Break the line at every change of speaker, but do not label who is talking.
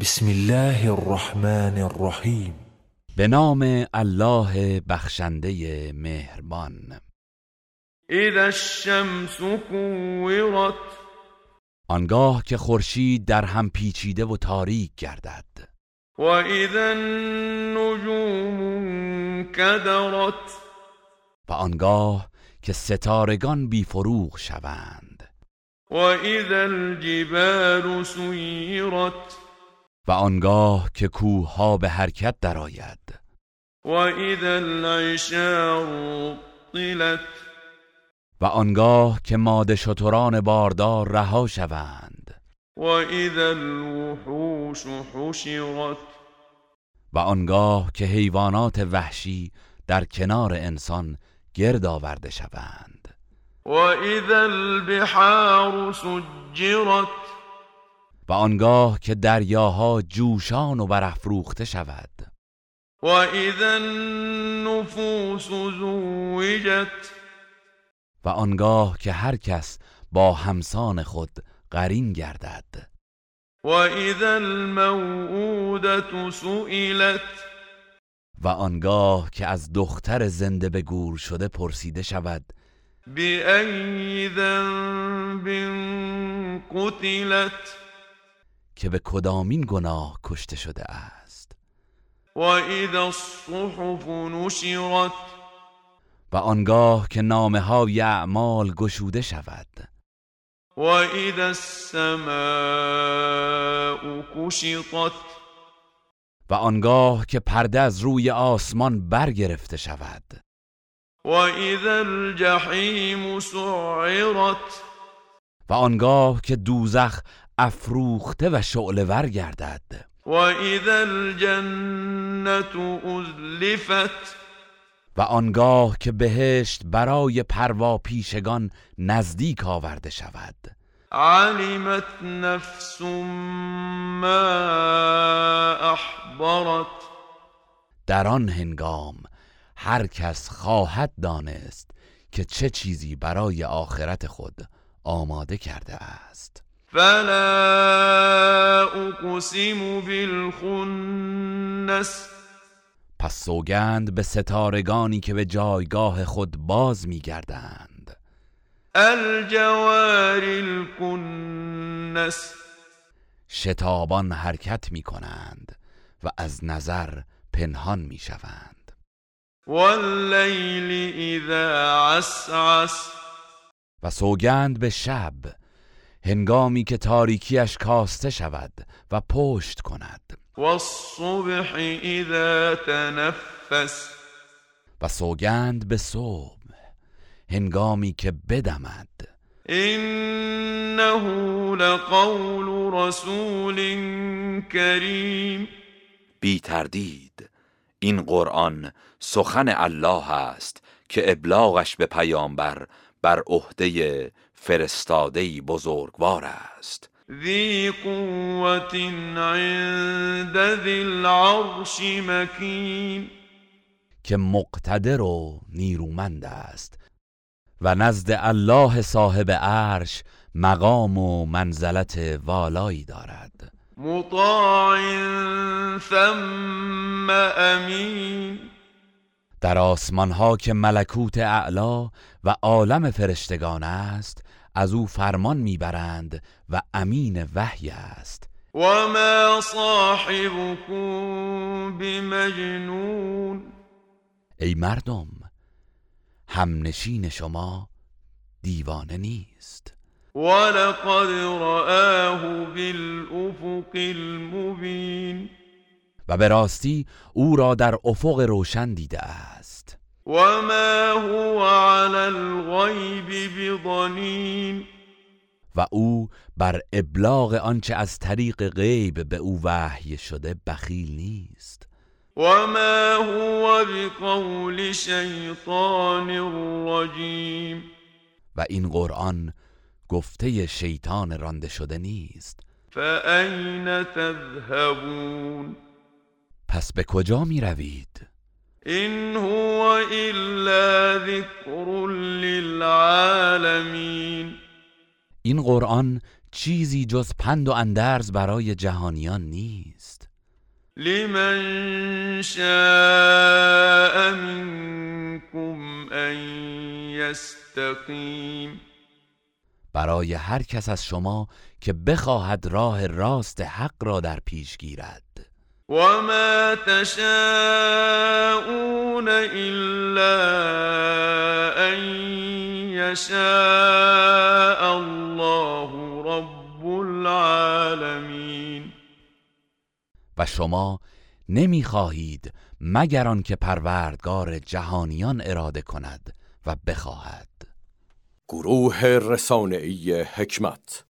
بسم الله الرحمن الرحیم
به نام الله بخشنده مهربان
إذا الشمس كورت
آنگاه که خورشید در هم پیچیده و تاریک گردد
وإذا النجوم انكدرت
و آنگاه که ستارگان بیفروغ شوند
وإذا الجبال سيرت
و آنگاه که کوه ها به حرکت درآید
وإذا العشار طلت
و آنگاه که ماده شتران باردار رها شوند
وإذا الوحوش حشرت
و آنگاه که حیوانات وحشی در کنار انسان گرد آورده شوند
وإذا البحار سجرت
و آنگاه که دریاها جوشان و برافروخته شود
وإذا النفوس زوجت
و آنگاه که هر کس با همسان خود قرین گردد
وإذا الموءودة سئلت
و آنگاه که از دختر زنده به گور شده پرسیده شود
بأي ذنب قتلت
که به کدامین گناه کشته شده است
وإذا الصحف نشرت
و آنگاه که نامه های اعمال گشوده شود
وإذا السماء كشطت
و آنگاه که پرده از روی آسمان برگرفته شود
وإذا الجحيم سعرت
و آنگاه که دوزخ افروخته و شعلور گردد
وإذا الجنة أزلفت
و آنگاه که بهشت برای پرواپیشگان نزدیک آورده شود
علمت نفس ما أحضرت
در آن هنگام هر کس خواهد دانست که چه چیزی برای آخرت خود آماده کرده است
فلا أقسم بالخنس
پس سوگند به ستارگانی که به جایگاه خود باز می‌گردند
الجوار الكنس
شتابان حرکت می‌کنند و از نظر پنهان می‌شوند
والليل إذا عسعس
و سوگند به شب هنگامی که تاریکیش کاسته شود و پشت کند
والصبح إذا تنفس
و سوگند به صبح هنگامی که بدمد
إنه لقول رسول كريم
بی تردید این قرآن سخن الله است که ابلاغش به پیامبر بر عهده فرستادهی بزرگوار است
ذي قوة عند ذي العرش مكين
که مقتدر و نیرومند است و نزد الله صاحب عرش مقام و منزلت والایی دارد
مطاع ثم امين
در آسمانها که ملکوت اعلا و عالم فرشتگان است از او فرمان میبرند و امین وحی است
وما صاحبكم بمجنون
ای مردم همنشین شما دیوانه نیست
ولقد رآه بالأفق المبين
و به راستی او را در افق روشن دیده است
وما هو على الغيب بضنين
و او بر ابلاغ آنچه از طریق غیب به او وحی شده بخیل نیست
وما هو بقول شيطان رجيم
و این قرآن گفته شیطان رانده شده نیست
فأين تذهبون
پس به کجا می روید؟
إن هو إلا ذكر للعالمين
این قرآن چیزی جز پند و اندرز برای جهانیان نیست
لمن شاء منكم أن يستقيم
برای هر کس از شما که بخواهد راه راست حق را در پیش گیرد
وما تشاءون إلا أن يشاء الله رب العالمين
و شما نمیخواهید مگر آنکه پروردگار جهانیان اراده کند و بخواهد
گروه رسانه‌ای حکمت